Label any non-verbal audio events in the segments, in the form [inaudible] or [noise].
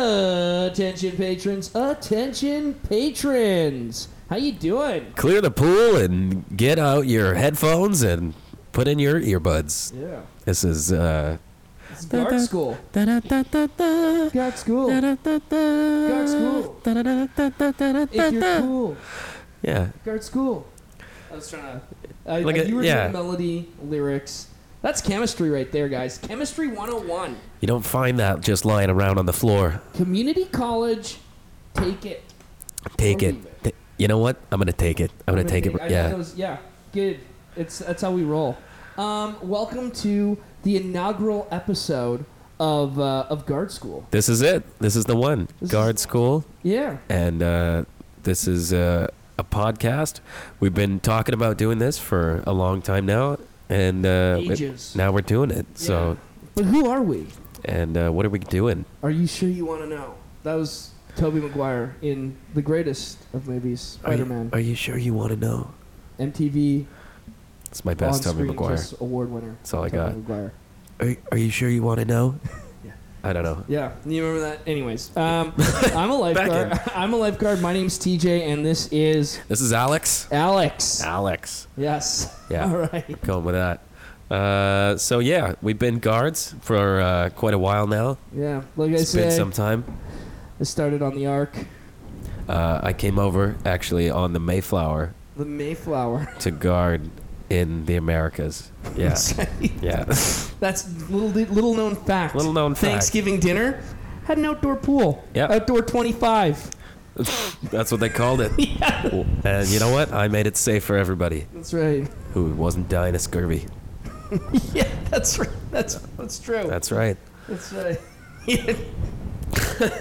Attention patrons, attention patrons. How you doing? Clear the pool and get out your headphones and put in your earbuds. Yeah. This is uh It's dark school. Dark school. Guard school. If you're Yeah. cool. Guard school. I was trying to. I, Look I- at- you were yeah. doing melody, lyrics. That's chemistry right there, guys. Chemistry 101. You don't find that just lying around on the floor. Community college, take it. Take it. Believe it. Th- You know what? I'm gonna take it. I'm gonna I take it. think- I think that Yeah. was- yeah. Good. It's that's how we roll. Um, welcome to the inaugural episode of uh, of Guard School. This is it. This is the one. This is- Guard school. Yeah. and uh, this is uh, a podcast. We've been talking about doing this for a long time now, and uh, it- Ages. now we're doing it. So, But who are we? and uh, what are we doing? Are you sure you want to know? That was Toby Maguire in the greatest of movies, Spider-Man, Are you, sure you want to know? MTV It's my best Tommy on-screen McGuire. Kiss award winner. That's all I Tobey got. Maguire. Are, are you sure you want to know? Yeah. I don't know. Yeah, you remember that? Anyways, [laughs] um, I'm a lifeguard. [laughs] I'm a lifeguard. My name's TJ, and this is This is Alex. Alex. Alex. Yes. [laughs] Yeah. All right. Going with that. Uh, so yeah, we've been guards for uh, quite a while now. Yeah. Like I It's been said, some time. I started on the Ark, Uh, I came over actually on the Mayflower the Mayflower. to guard in the Americas. [laughs] Yeah. yeah. [laughs] That's little little known fact. Little known fact. Thanksgiving dinner had an outdoor pool. Yep. Outdoor 25. That's what they called it. And you know what? I made it safe for everybody That's right. [laughs] who wasn't dying of scurvy. Yeah, that's right. That's that's true. That's right. That's right. [laughs]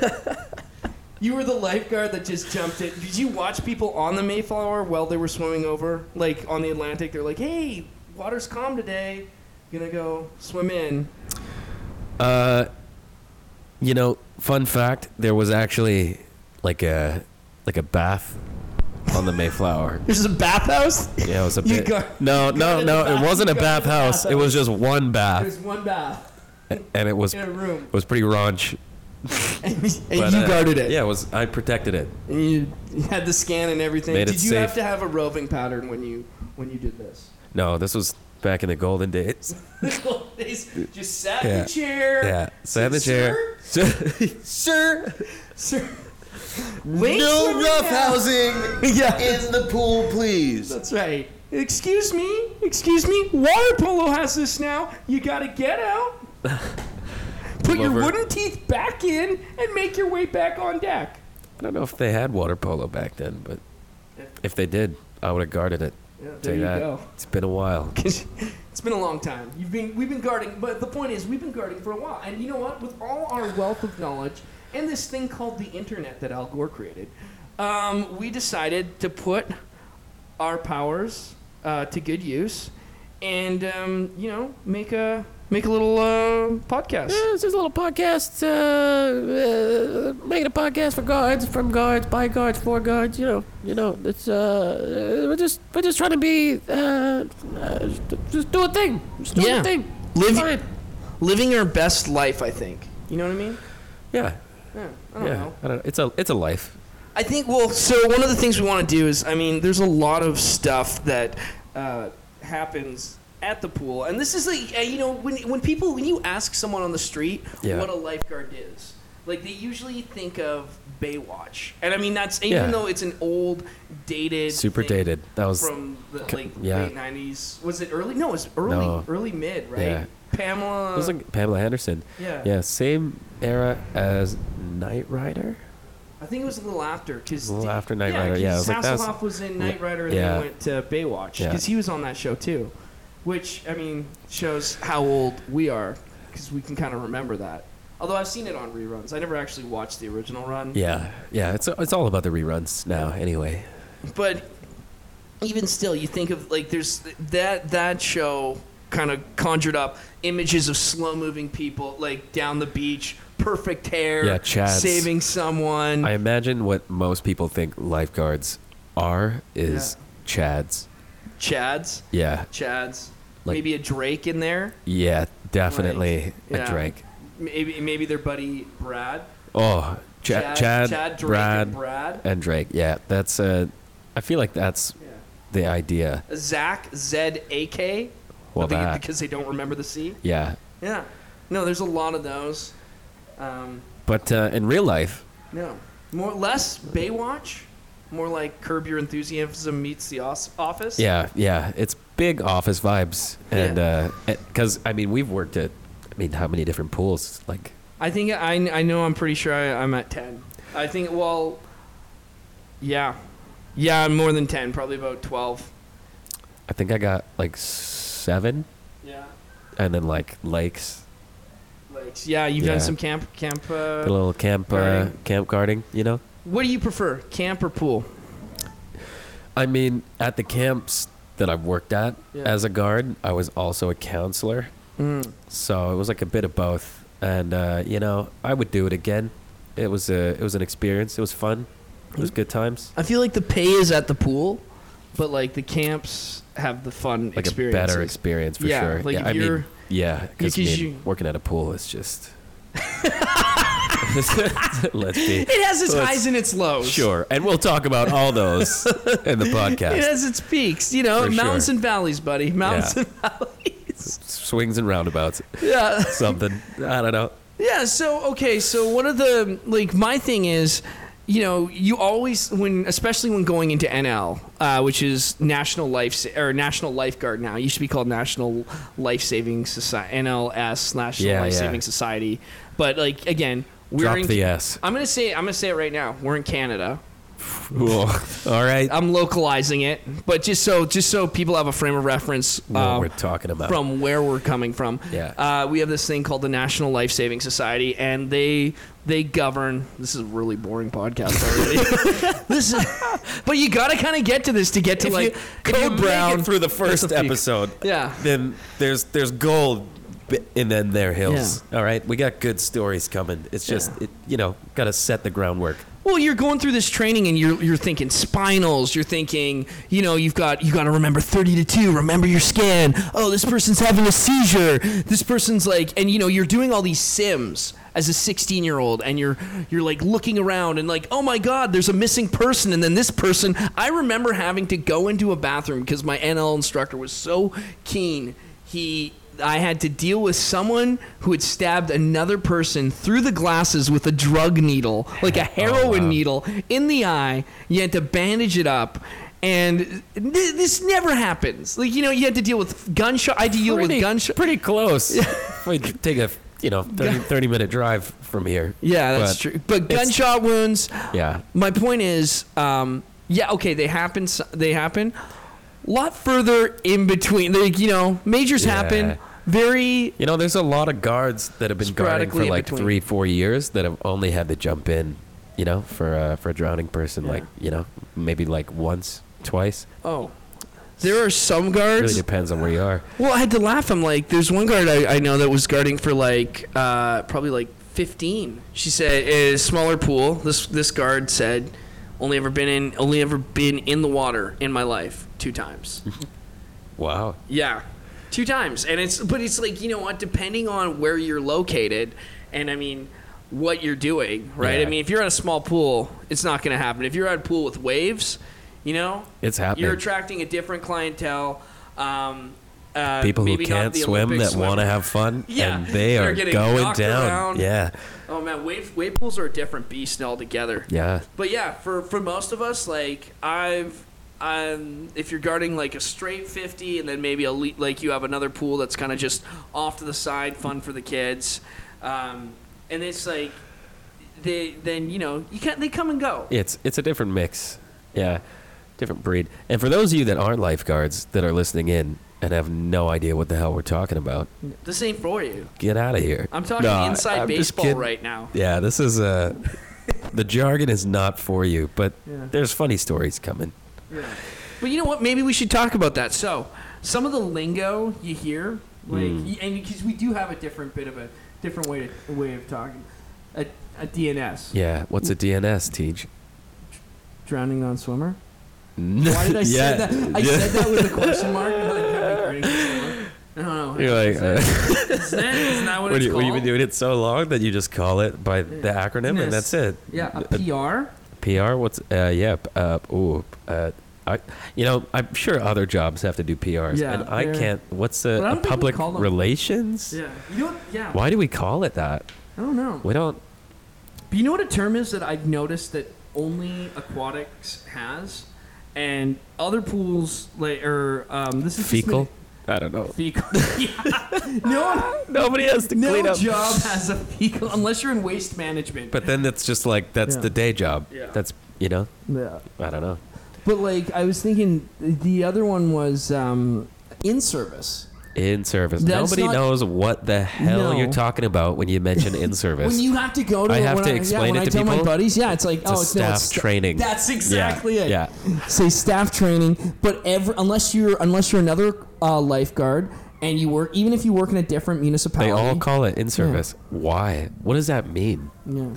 you were the lifeguard that just jumped in. Did you watch people on the Mayflower while they were swimming over, like on the Atlantic? They're like, "Hey, water's calm today. Gonna go swim in." Uh, you know, fun fact: there was actually like a like a bath on the Mayflower. This is a [laughs] bathhouse. Yeah, it was a You bit. guard- no, you no, guarded no. the bath- It wasn't a you guarded the bathhouse. It was just one bath, There's one bath and it was in it a room, was pretty raunch. and, and but, you uh, guarded it. Yeah, it was. I protected it. And you you had the scan and everything. Made it Did you have safe. to have a roving pattern when you when you did [laughs] this? [laughs] No, this was back in the golden days. just sat in Yeah. the chair. Yeah, sat in the chair. [laughs] Sir, sir. Wait No for me now. roughhousing [laughs] Yeah, in the pool, please. that's right. Excuse me, excuse me. Water polo has this now. You gotta get out, [laughs] put your Lover. wooden teeth back in, and make your way back on deck. I don't know if they had water polo back then, but Yeah. if they did, I would have guarded it. Yeah, Tell there you you that. go. It's been [laughs] a while. it's been a long time. You've been we've been guarding, but the point is we've been guarding for a while. And you know what? With all our wealth of knowledge and this thing called the internet that Al Gore created, um, we decided to put our powers uh, to good use, and um, you know make a make a little uh, podcast. it's just a little podcast, uh, uh, making a podcast for guards, from guards, by guards, for guards. You know, you know. It's uh, we're just we're just trying to be uh, uh just do a thing, just do a Yeah. thing. Live- Fine. Living our best life, I think. You know what I mean? Yeah, Yeah, I don't yeah. know. I don't know. It's a it's a life. I think well, so one of the things we want to do is, I mean, there's a lot of stuff that uh, happens at the pool, and this is like, uh, you know, when when people when you ask someone on the street Yeah. what a lifeguard is, like they usually think of Baywatch, and I mean that's even Yeah. though it's an old, dated, Super thing dated. That was from the c- like yeah. late '90s. Was it early? No, it was early, No. early mid, right? Yeah. Pamela. it was like Pamela Henderson. uh, yeah. Yeah, same era as Knight Rider. I think it was a little after because A little after Knight Rider, yeah, I was like, that's- Hasselhoff was in Knight Rider and Yeah. then went to Baywatch Yeah. because he was on that show too, which I mean shows how old we are because we can kind of remember that. Although I've seen it on reruns, I never actually watched the original run. Yeah, yeah. It's it's all about the reruns now. Anyway, But even still, you think of like there's that that show kind of conjured up images of slow moving people like down the beach, perfect hair, Yeah, Chads. saving someone. I imagine what most people think lifeguards are is Chads. Chads. Yeah, Chads. Like- Maybe a Drake in there. yeah, definitely Like, a yeah. Drake. maybe maybe their buddy Brad. Oh, Ch- Chad, Drake, Brad, and Brad. and Drake. Yeah, that's. Uh, I feel like that's Yeah. the idea. Zach Z A K. Well, that. because they don't remember the C. Yeah, Yeah. No, there's a lot of those. Um, but uh, in real life, no, more less Baywatch, more like Curb Your Enthusiasm meets The Os- Office. yeah, yeah, it's big office vibes, and Yeah. because I mean we've worked at, I mean how many different pools? Like I think I, I know I'm pretty sure I, I'm at 10. I think, well, yeah. Yeah, I'm more than 10, probably about 12. I think I got like seven, Yeah. and then like lakes, Like, yeah, you've Yeah. done some camp. camp. a Uh, little camp uh, Gardening. camp guarding, you know. what do you prefer, camp or pool? I mean, at the camps that I've worked at Yeah. as a guard, I was also a counselor. Mm. So it was like a bit of both. And uh, you know, I would do it again. It was a it was an experience. It was fun. It was good times. I feel like the pay is at the pool, but like the camps have the fun Like a experience. better experience for Yeah, sure. like if I mean, you're- yeah, because because you- working at a pool [laughs] is just. [laughs] Let's be It has its Well, highs and its lows. sure, and we'll talk about all those in the It [laughs] podcast. has its peaks, you know, For mountains sure. and valleys, buddy. Mountains Yeah. and [laughs] valleys. Swings and roundabouts, Yeah. something I don't know. Yeah, so okay, so one of the like my thing is, you know, you always when especially when going into NL, uh, which is National Life Sa- or National Lifeguard now, it used to be called National Life Saving Society NLS National Yeah, Life yeah. Saving Society, but like again, we're Drop in the S. I'm gonna say I'm gonna say it right now. We're in Canada. Cool. All right. I'm localizing it, but just so just so people have a frame of reference. What uh, we're talking about. from where we're coming from. Yeah. Uh, we have this thing called the National Life Saving Society, and they they govern. This is a really boring podcast already. [laughs] this is, but you got to kind of get to this to get to If like you if you code make brown it through the that's first peak. episode. Yeah. Then there's there's gold bi- and then there hills. All right, we got good stories coming. It's just Yeah. it, you know, got to set the groundwork. Well, you're going through this training and you're you're thinking spinals, you're thinking, you know, you've got you got to remember 30 to 2, remember your scan. Oh, this person's having a seizure. This person's like and you know, you're doing all these sims as a 16-year-old and you're you're like looking around and like, "Oh my god, there's a missing person." And then this person, I remember having to go into a bathroom because my NL instructor was so keen. He I had to deal with someone who had stabbed another person through the glasses with a drug needle, [laughs] like a Oh, heroin needle, in the eye. You had to bandage it up. And th- this never happens. Like, you know, you had to deal with gunshot. I had to deal with gunshot. pretty [laughs] close. we could take a you know 30, 30 minute drive from here. Yeah, that's But true. But it's- gunshot wounds. Yeah. My point is, um, yeah, okay, they happen. s- They happen. A lot further in between. Like, you know, majors Yeah. happen. Very You know, there's a lot of guards that have been guarding Sporadically for in like between. three, four years that have only had to jump in, you know, for uh, for a drowning person. Yeah. Like you know, maybe like once, twice. Oh. There are some It guards. really depends on where you are. well, I had to laugh. I'm like, there's one guard I, I know that was guarding for like uh, probably like 15. She said, a smaller pool. This this guard said, only ever been in only ever been in the water in my life two times. Wow. Yeah, two times, and it's but it's like you know what, depending on where you're located, and I mean what you're doing, right? Yeah. I mean, if you're at a small pool, it's not going to happen. If you're at a pool with waves, you know, It's happening. You're attracting a different clientele. Um, uh, people who maybe not can't the swim Olympic that want to swimmer. have fun Yeah, and they they're are getting going knocked down around. yeah Oh man, wave wave pools are a different beast altogether. yeah But yeah, for for most of us, like I've, um, if you're guarding like a straight fifty, and then maybe a le- like you have another pool that's kind of just off to the side, fun for the kids, um, and it's like, they then you know you can not they come and go. it's it's a different mix yeah different breed and for those of you that aren't lifeguards that are listening in and have no idea what the hell we're talking about This ain't for you. get out of here I'm talking No, I- inside I'm just baseball kidding. right now. yeah this is uh the jargon is not for you but Yeah. there's funny stories coming But you know what? Maybe we should talk about that. So, some of the lingo you hear, like, y and because we do have a different bit of a different way to, way of talking, a, a DNS, yeah what's a dns teach drowning non swimmer. why [laughs] Why did I say that? I said that with a question mark. I'm like, "Am I drowning non-swimmer?" I don't know. much. You're like, uh, It's not, it's not what, what it's you, what called. you've been doing it so long that you just call it by the acronym and Yes. that's it. Yeah, a Uh, PR. PR? What's uh yeah, p- uh ooh, uh I, you know, I'm sure other jobs have to do PRs, Yeah, and I they're- can't. What's But I a, don't a think we public call them- relations? Yeah, you know, what- yeah. Why do we call it that? I don't know. We [laughs] don't. But you know what a term is that I've noticed that only aquatics has, and other pools like or um, this is just Fecal. I don't [laughs] know. Fecal. [laughs] Yeah. No, Nobody has to no clean up. job has a fecal unless you're in waste management. But then it's just like that's Yeah. the day job. Yeah. That's you know. yeah. I don't know. But like I was thinking, the other one was um, in service. In service. That's Nobody not- knows what the hell No. you're talking about when you mention [laughs] in service. When you have to go to, I have when to I, yeah, explain when it I to tell my people? buddies, yeah, it's like a oh, it's no, staff it's sta- training. That's Yeah, exactly it. Yeah. say staff training, but every, unless you're unless you're another uh, lifeguard and you work, even if you work in a different They municipality, all call it in service. Why? What does that mean?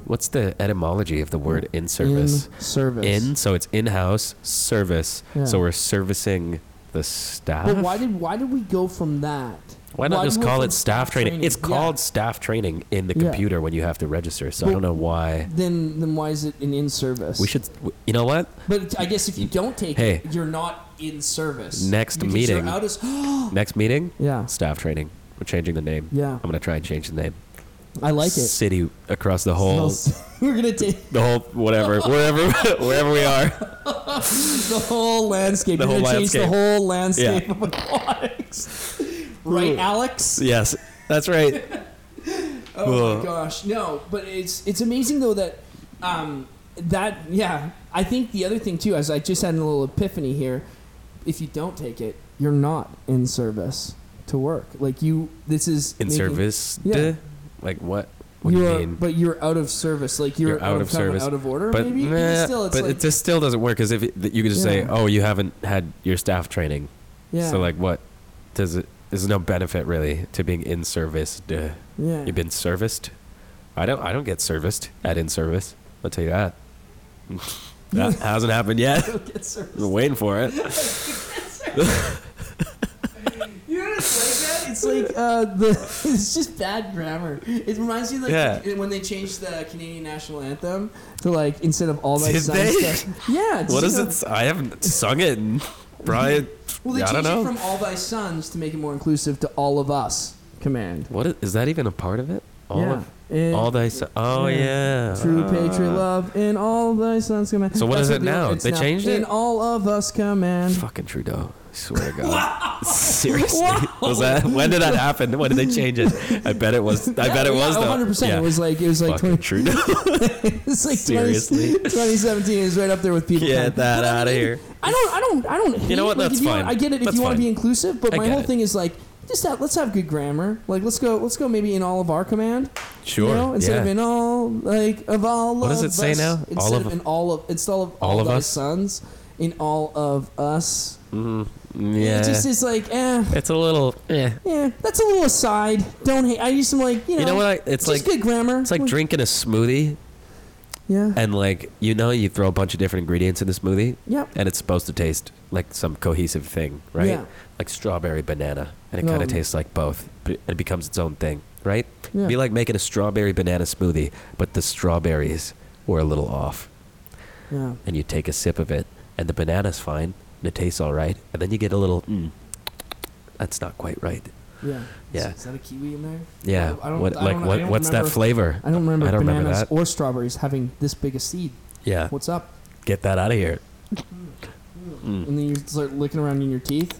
What's the etymology of the word in service? in service. In, so it's in house service. Yeah. So we're servicing the staff. but why did why did we go from that? Why not did just we call go it from staff training? It's Yeah. called staff training in the Yeah. computer when you have to register. So I Well- don't know why. Then then why is it an in service? We should, you [gasps] know what? But I guess if you don't take Hey. it, you're not in service. Next Because meeting. You're out of, [gasps] Next meeting, Yeah. staff training. We're changing the name. Yeah. I'm gonna try and change the name. I like it. City across the whole, [laughs] We're gonna take the whole [laughs] whatever, wherever, [laughs] wherever we are. the whole landscape. The You're whole gonna change the landscape. whole landscape Yeah. of aquatics. [laughs] right, Alex? Yes, that's right. Oh Ugh. my gosh, no! But it's it's amazing though that um, that yeah. I think the other thing too, as I just had a little epiphany here, if you don't take it, you're not in service to work. Like you, this is in making- service Yeah. duh? like what what do You you are, mean but you're out of service. Like you're, You're out of kind service. out of order. but, maybe nah, still, it's but like, it just still doesn't work because if it, that you could just say Yeah. oh you haven't had your staff training yeah, so like what does it there's no benefit really to being in service duh. yeah. [laughs] you've been serviced i don't i don't get serviced at in service i'll tell [laughs] you that that hasn't happened yet [laughs] Get service. been waiting for it You know what it's like that? It's [laughs] like uh, the it's just bad grammar. It reminds me like Yeah. the- when they changed the Canadian national anthem to like instead of all that Did they? [laughs] stuff. Yeah. it's what just is a- it i haven't sung it in brian Well, they i don't changed know it from all thy sons to make it more inclusive to all of us command. what is, is that even a part of it all yeah. of In All they s Oh yeah. True Ah. patriot love in all thy sons command. So what That's is it the- now? it's They changed it? In all of us command. Fucking Trudeau. I swear to God. Seriously. [laughs] Was that when did that happen? When did they change it? I bet it was I bet it was yeah, though. 100%. It was like it was like Fucking 20, Trudeau. [laughs] it's like 20, Seriously. 2017 is right up there with people. Get kind. that out of here. I don't. I don't. I don't. Hate, know what? like, That's if you want- fine. I get it if That's you want to be fine. inclusive, but I my get whole it. thing is like just have, let's have good grammar. Like let's go. Let's go maybe in all of our command. Sure. You know, instead yeah. of in all like of all. What of does it say us, now? All Instead of- of, in all of instead of all, All of thy us? sons in all of us. Mm-hmm. yeah. It just is like eh. it's a little yeah. Yeah, that's a little aside. Don't hate. I use some like you know. You know what I, it's just like good grammar. it's like eh, drinking a smoothie Yeah. and like you know you throw a bunch of different ingredients in the smoothie Yep. and it's supposed to taste like some cohesive thing, right? Yeah. Like strawberry banana, and it No. kind of tastes like both. but It becomes its own thing, right? Yeah. Be like making a strawberry banana smoothie, but the strawberries were a little off, Yeah. and you take a sip of it, and the banana's fine, and it tastes all right, and then you get a little, mm, that's not quite right. Yeah. Yeah. Is that a kiwi in there? Yeah. I don't- what, I like don't- I what? don't what's remember- that flavor? I don't remember I don't bananas remember that. or strawberries having this big a seed. yeah. What's up? Get that out of here. And then you start licking around in your teeth.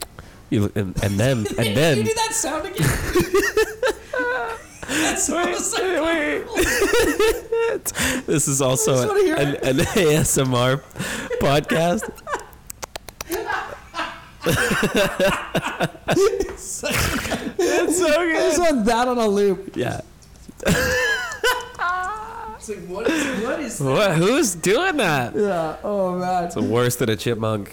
You, and, and [laughs] then and then. you do that sound [laughs] again. That's so so- This is I just also wanna hear an, an [laughs] ASMR [laughs] podcast. it's so I just want that on a loop. Yeah. It's like what is what is What? Who's doing that? [laughs] Yeah, oh man. It's worse than a chipmunk.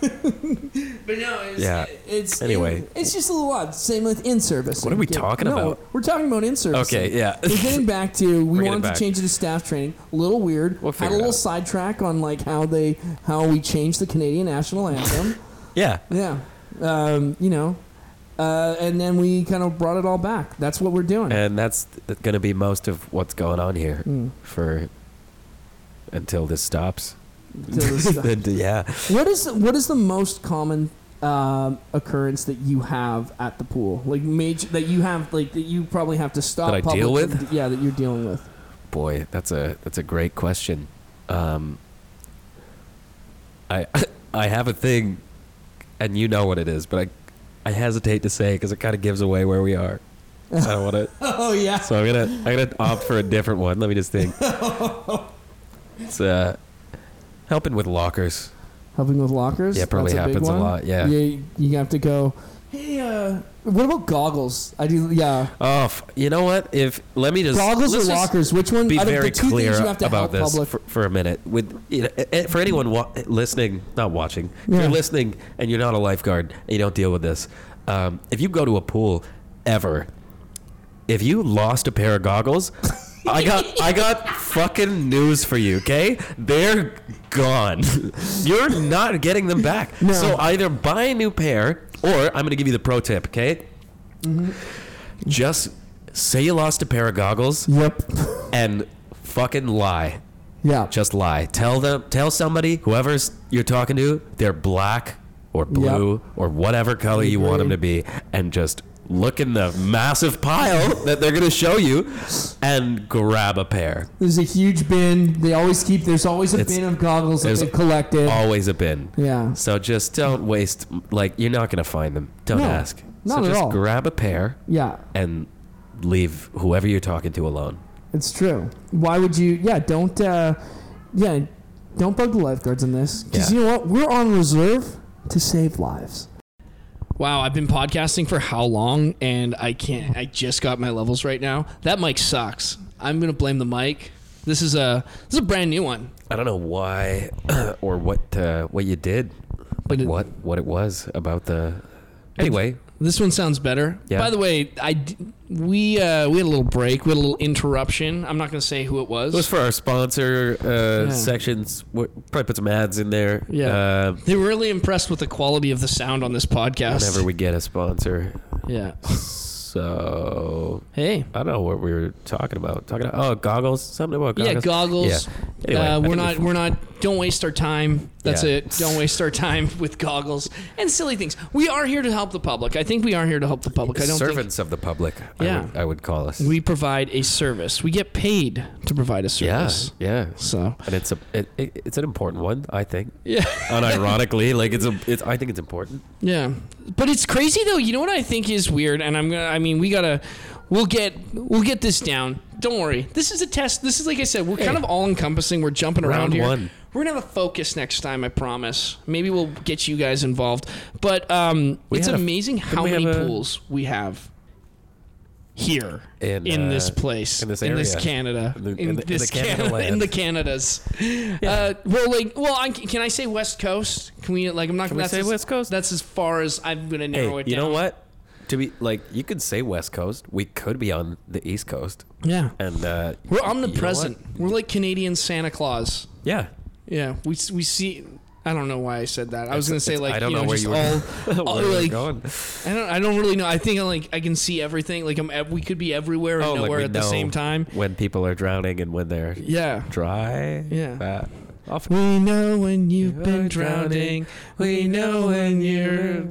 But no, it's, Yeah. it's Anyway. it's just a little odd. Same with in service. What are we talking about? We're talking about in service. Okay, [laughs] yeah. We're Mhm. getting back [laughs] to we We're getting wanted back. to change it to staff training. A little weird. We'll Had a figure it little out. sidetrack on like how they how we changed the Canadian national anthem. Yeah. Yeah. Um, you know, Uh, and then we kind of brought it all back. That's what we're doing. and that's going to be most of what's going on here Mm. for until this stops. Till [laughs] this stops. Then, yeah. What is what is the most common um occurrence that you have at the pool? Like major that you have like that you probably have to stop. That I public deal from- with? yeah, that you're dealing with. Boy, that's a that's a great question. Um, I [laughs] I have a thing, and you know what it is, but I I hesitate to say because it kind of gives away where we are. I don't want [laughs] to, [laughs] Oh yeah. so I'm gonna I'm gonna opt for a different one. Let me just [laughs] think. It's uh, helping with lockers. Helping with lockers. Yeah, it probably that's a big happens a one. lot, yeah. you, you have to go. Hey, uh, what about goggles? I do. Yeah, Oh, f- you know what? If let me just goggles let's or just- lockers? Which one? be out of very the two clear things you have to help about this public. for, for a minute. With you know, eh, for anyone wa- listening, not watching, if Yeah. you're listening and you're not a lifeguard and you don't deal with this, um, if you go to a pool ever, if you lost a pair of [laughs] goggles, I got I got fucking news for you. Okay, they're gone. [laughs] You're not getting them back. No. So either buy a new pair, or I'm gonna give you the pro tip. Okay, Mm-hmm. just say you lost a pair of goggles yep. [laughs] and fucking lie. yeah. Just lie. Tell them. Tell somebody, whoever's you're talking to, they're black or blue or whatever color you want them to be, and just look in the massive pile [laughs] that they're gonna show you, and grab a pair. There's a huge bin. They always keep. There's always a It's- bin of goggles that there's they've collected. Always a bin. yeah. So just don't waste. Like you're not gonna find them. Don't No, ask. not so at just all. grab a pair Yeah. and leave whoever you're talking to alone. It's true. Why would you? Yeah, don't. Uh, yeah, don't bug the lifeguards in this because Yeah. you know what? We're on reserve to save lives. Wow, I've been podcasting for how long, and I can't. I just got my levels right now. That mic sucks. I'm gonna blame the mic. This is a this is a brand new one. I don't know why [clears throat] or what uh, what you did, like But it- what what it was about the. Anyway, This one sounds better. Yeah. By the way, I d- we uh, we had a little break. We had a little interruption. I'm not gonna say who it was. it was for our sponsor uh, Yeah. sections. we probably put some ads in there. Yeah. Uh, they were really impressed with the quality of the sound on this podcast. whenever we get a sponsor, yeah. so Hey. I don't know what we were talking about. Talking about oh goggles, something about goggles. Yeah, goggles. Yeah. Anyway, I uh, think we're we- not. We're not. Don't waste our time. That's Yeah. it. Don't waste our time [laughs] with goggles and silly things. We are here to help the public. I think we are here to help the public. I don't servants of the public. I Yeah. would, I would call us. think we provide a service. We get paid to provide a yeah, service. yeah. So And it's a it, it, it's an important one, I think. yeah, Unironically, like it's a it's I think it's important. yeah. But it's crazy though. You know what I think is weird, and I'm gonna. I mean, we gotta. We'll get. We'll get this down. Don't worry. This is a test. This is like I said. We're kind of all encompassing. We're jumping around Round here. one. We're gonna have a focus next time, I promise. Maybe we'll get you guys involved. But um, We it's had a- amazing didn't how we many have a- pools we have here In, uh, this place, in this area. Canada, In the- in, in the- in this the Canada Canada, in land. the Canadas. Uh, well, like, well, I, can I say West Coast? Can we like? I'm not. Can we that's say as, West Coast? That's as far as I'm gonna narrow Hey, it you down. know what? To be like, you could say West Coast. We could be on the East Coast, Yeah, and uh, we're you know omnipresent. what? We're like Canadian Santa Claus. yeah, Yeah, we s- we see. I don't know why I said that. I was gonna say it's- like I don't you know know, where just you were- all, all [laughs] Where we're like going. I don't I don't really know. I think like I can see everything. Like I'm ev- we could be everywhere and Oh, like, nowhere we at the know same time. when people are drowning and when they're Yeah. dry. Yeah. Uh, often. We know when you've You're been drowning. drowning. We know when [laughs] you're.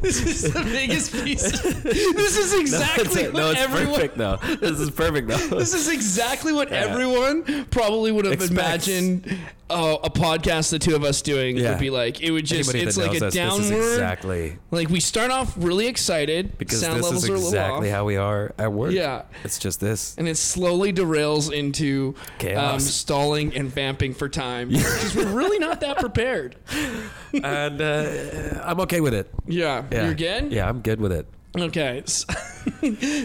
this is the biggest piece. [laughs] This is That's exactly it. what No, it's everyone. perfect though. This is perfect though. This is exactly what Yeah. everyone probably would have Expects. imagined uh, a podcast the two of us doing Yeah. would be like. It would just. Anybody it's that like knows a us, This downward. is exactly Like we start off really excited because sound this levels is are a little exactly off, how we are at work. Yeah. it's [laughs] just this. and it slowly derails into um, Chaos. stalling and vamping for [laughs] time because we're really not that prepared. and uh, I'm okay with it. Yeah, Yeah. you're good. Yeah, I'm good with it. Okay. [laughs] S-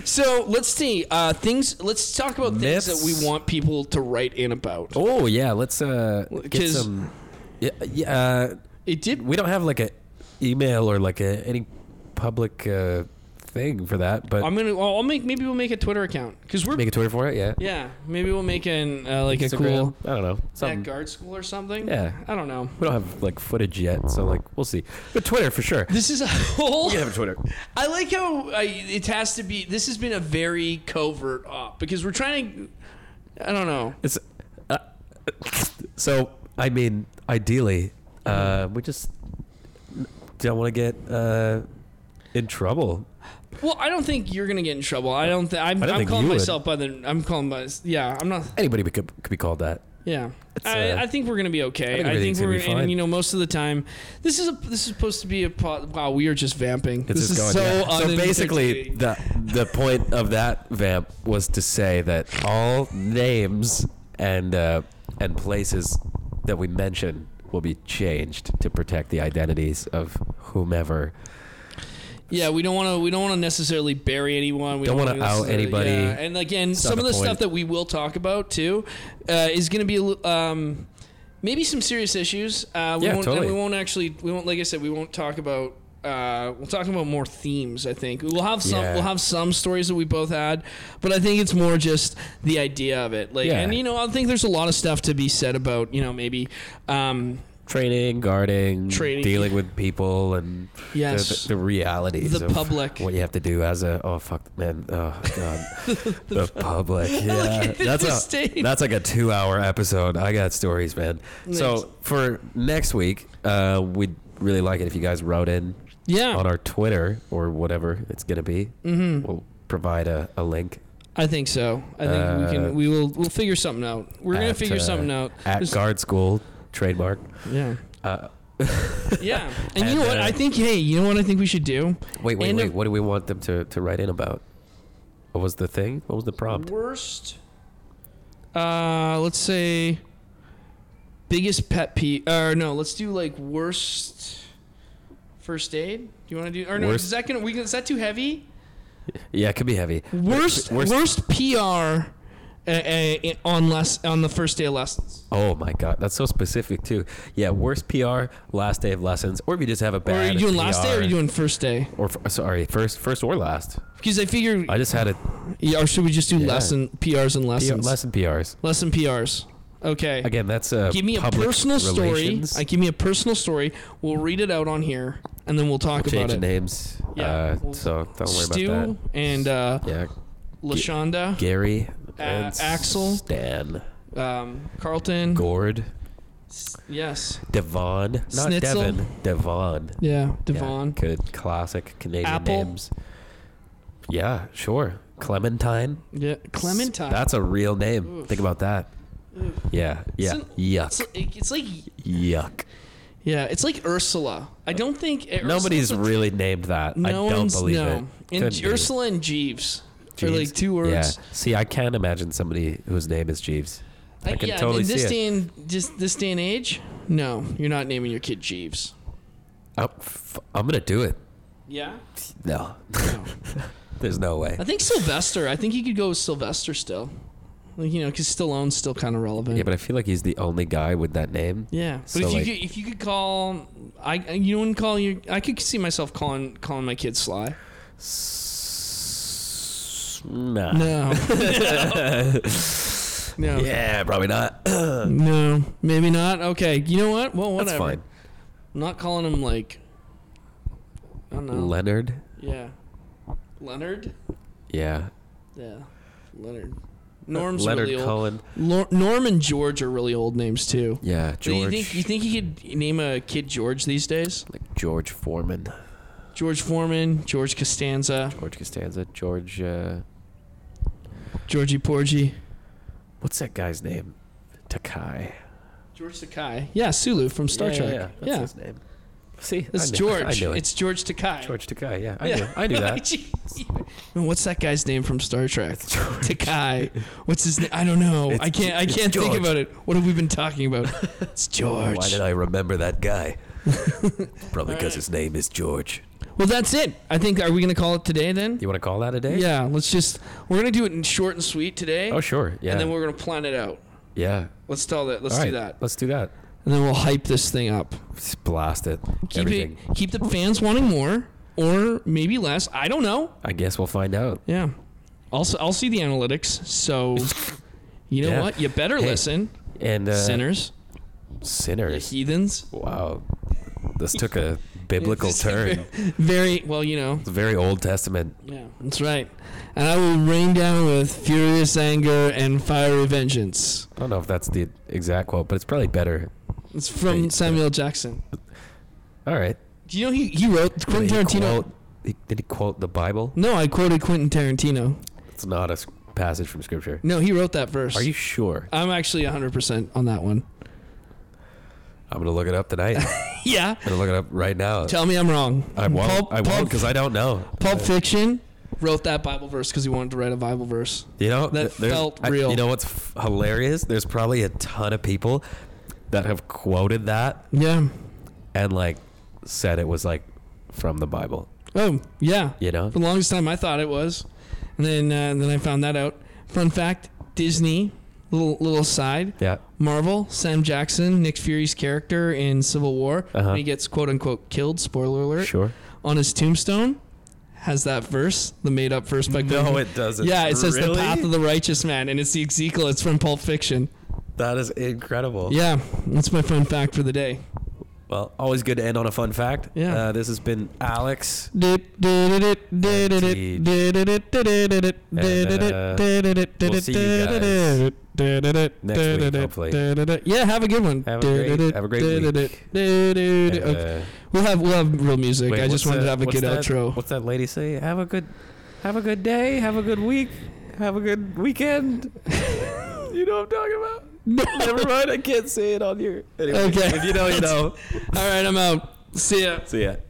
so let's see uh, things. Let's talk about things that Myths. we want people to write in about. Oh yeah, let's uh get 'cause- some. Yeah, yeah. Uh, It did. we don't have like a email or like a any public uh, thing for that, but I'm gonna. I'll I'll make. Maybe we'll make a Twitter account because we're. make a Twitter for it. Yeah. yeah. Maybe we'll make an uh, like a Instagram. cool I don't know. at Something. guard school or something. Yeah. I don't know. We don't have like footage yet, so like we'll see. But Twitter for sure. This is a whole. a Twitter. I like how I, it has to be. This has been a very covert op because we're trying to. I don't know. It's uh, so. I mean, ideally, uh, we just don't want to get uh, in trouble. Well, I don't think you're gonna get in trouble. I don't. Th- I'm, I I don't am think calling you would. myself by the. I'm calling by. Yeah, I'm not. Anybody be- could, could be called that. Yeah, uh, I, I think we're gonna be okay. I think, everything's gonna we're be fine. and you know most of the time this is a this is supposed to be a po- wow we are just vamping. It's this is just going, yeah. so so basically, uninteresting. the the point of that vamp was to say that all names and uh, and places that we mention will be changed to protect the identities of whomever. yeah we don't want to we don't want to necessarily bury anyone. We Don't wanna wanna out necessarily- anybody. Yeah. And again, not some of the the stuff point. that we will talk about too uh, is gonna be a li- um, maybe some serious issues. Uh, we Yeah, won't, totally. And we won't actually we won't like I said we won't talk about. Uh, we'll talk about more themes. I think we'll have some. Yeah. We'll have some stories that we both had, but I think it's more just the idea of it. Like, Yeah. and you know, I think there's a lot of stuff to be said about you know maybe, um, Training, guarding, Training. dealing with people, and Yes. the, the, the realities The of public. What you have to do as a oh fuck man oh [laughs] god the, public yeah the that's a state. that's like a two hour episode. I got stories, man. Nice. So for next week, uh, we'd really like it if you guys wrote in yeah. on our Twitter or whatever it's gonna be. Mm-hmm. We'll provide a, a link. I think so. I think we Uh, can. We will. We'll figure something out. We're gonna at, figure uh, something out. at Just- guard school trademark. [laughs] yeah. Uh, Yeah. And, And, you know what? uh, I think. Hey, you know what? I think we should do. Wait, wait, End wait. of- what do we want them to, to write in about? What was the thing? What was the prompt? Worst. Uh, let's say. Biggest pet peeve. Or no, let's do like worst. First aid. Do you want to do? Or no, Worst- is that gonna? We, is that too heavy? Yeah, it could be heavy. Worst. worst- Worst, PR. Uh, uh, on less on the first day of lessons. Oh my god, that's so specific too. Yeah, worst PR, last day of lessons, or if you just have a Or are bad. you doing last day or are PR, you doing first day? Or f- sorry, first, first or last. Because I figure I just had a Yeah, or should we just do Yeah. lesson PRs and PR, lessons? lesson PRs. lesson PRs. Okay. Again, that's a give me a public personal relations. story. I give me a personal story. We'll read it out on here, and then we'll talk about Change it. names. Yeah, uh, well, so don't worry Stu about and uh, that. Yeah, Lashonda, Gary, and Axel. Stan, um, Carlton. Gord, S- Yes. Devon, not Snitzel. Devon, Devon. Yeah. Yeah, Devon. good classic Canadian Apple. names. Yeah, sure. Clementine. Yeah. Clementine. That's a real name. Oof. Think about that. Yeah, yeah. Isn't- Yuck. It's, it's like Yuck. yeah, it's like Ursula. I don't think Ursula's Uh, Nobody's a- really named that. I No don't one's believe no. it. And Couldn't be. Ursula and Jeeves, are Jeeves. like two words. Yeah. See, I can imagine somebody whose name is Jeeves. I can yeah, totally in this see day it. and just this day and age, no, you're not naming your kid Jeeves. Oh, f- I'm gonna do it. Yeah, No. [laughs] There's no way. I think Sylvester. I think you could go with Sylvester still, like you know, because Stallone's still kind of relevant. Yeah, but I feel like he's the only guy with that name. Yeah, but So, if you like- could, if you could call, I you wouldn't call your. I could see myself calling calling my kid Sly. S- nah. [laughs] No, [laughs] no, Yeah, probably not. [clears throat] no, maybe not. Okay, you know what? Well, whatever. That's fine. I'm not calling him like. I don't know. Leonard. yeah, Leonard. Yeah. Yeah, Leonard. Uh, Norm's Leonard really old. Cohen. Lor- Norm and George are really old names too. Yeah, Do George. you think you think he could name a kid George these days? like George Foreman, George Foreman, George Costanza, George Costanza, George. Uh, Georgie Porgy, what's that guy's name? Takai. George Takai. Yeah, Sulu from Star Yeah, Trek. Yeah, yeah. that's his name. See, I That's knew- George. I knew it. It's George Takai. George Takai. Yeah, I Yeah. knew. [laughs] I knew that. Jeez. And What's that guy's name from Star Trek? Takai. What's his name? I don't know. It's- I can't. I it's can't think George. about it. What have we been talking [laughs] about? It's George. Why did I remember [laughs] that guy? Probably because his name is George. well, that's it. I think. Are we gonna call it today then? You want to call that a day? Yeah. Let's just. We're gonna do it in short and sweet today. Oh sure. Yeah. and then we're gonna plan it out. yeah. Let's tell that. Let's All do right, that, Let's do that. and then we'll hype this thing up. Just blast it. Keep Everything. it, keep the fans wanting more, or maybe less. I don't know. I guess we'll find out. Yeah. I'll, s- I'll see the analytics. So, you know Yeah. what? You better Hey, listen, And uh, sinners, Sinners. heathens. Wow. [laughs] This took a biblical turn. Very well, you know. It's very Old Testament. Yeah, that's right. And I will rain down with furious anger and fiery vengeance. I don't know if that's the exact quote, but it's probably better. It's from Wait, Samuel Jackson. All right. Do you know he, he wrote Quentin Did he Tarantino? quote- he- did he quote the Bible? No, I quoted Quentin Tarantino. It's not a s- passage from Scripture. No, he wrote that verse. Are you sure? I'm actually 100% on that one. I'm going to look it up tonight. I'm Yeah. going to look it up right now. [laughs] Tell me I'm wrong. I won't. Pulp, I won't Pulp- because I don't know. Pulp Fiction wrote that Bible verse because he wanted to write a Bible verse. You know That th- there's- felt I- real. you know what's f- hilarious? There's probably a ton of people that have quoted that Yeah. and like said it was like from the Bible. Oh, yeah. You know? For the longest time, I thought it was, and then uh, and then I found that out. Fun fact: Disney. Little little side. Yeah. Marvel. Sam Jackson, Nick Fury's character in Civil War, Uh-huh. when he gets quote unquote killed. Spoiler alert. Sure. On his tombstone, has that verse, the made up verse by No, Quentin- it doesn't. Yeah, it says the Really? path of the righteous man, and it's the Ezekiel. It's from Pulp Fiction. That is incredible. Yeah, that's my fun fact for the day. Well, always good to end on a fun fact. Yeah. Uh, this has been Alex. we'll see you guys next week, hopefully. Yeah, have a good one. uh, Have a great- have a great week. Okay. Uh, We'll have we'll have real music. wait, I just what's wanted that- to have a what's good that- outro. What's that lady say? Have a good, have a good day. Have a good week. Have a good weekend. [laughs] you know what I'm talking about. Never mind. I can't say it on here. Anyway, Okay. [laughs] If you know, you know. All right, I'm out. See ya. See ya.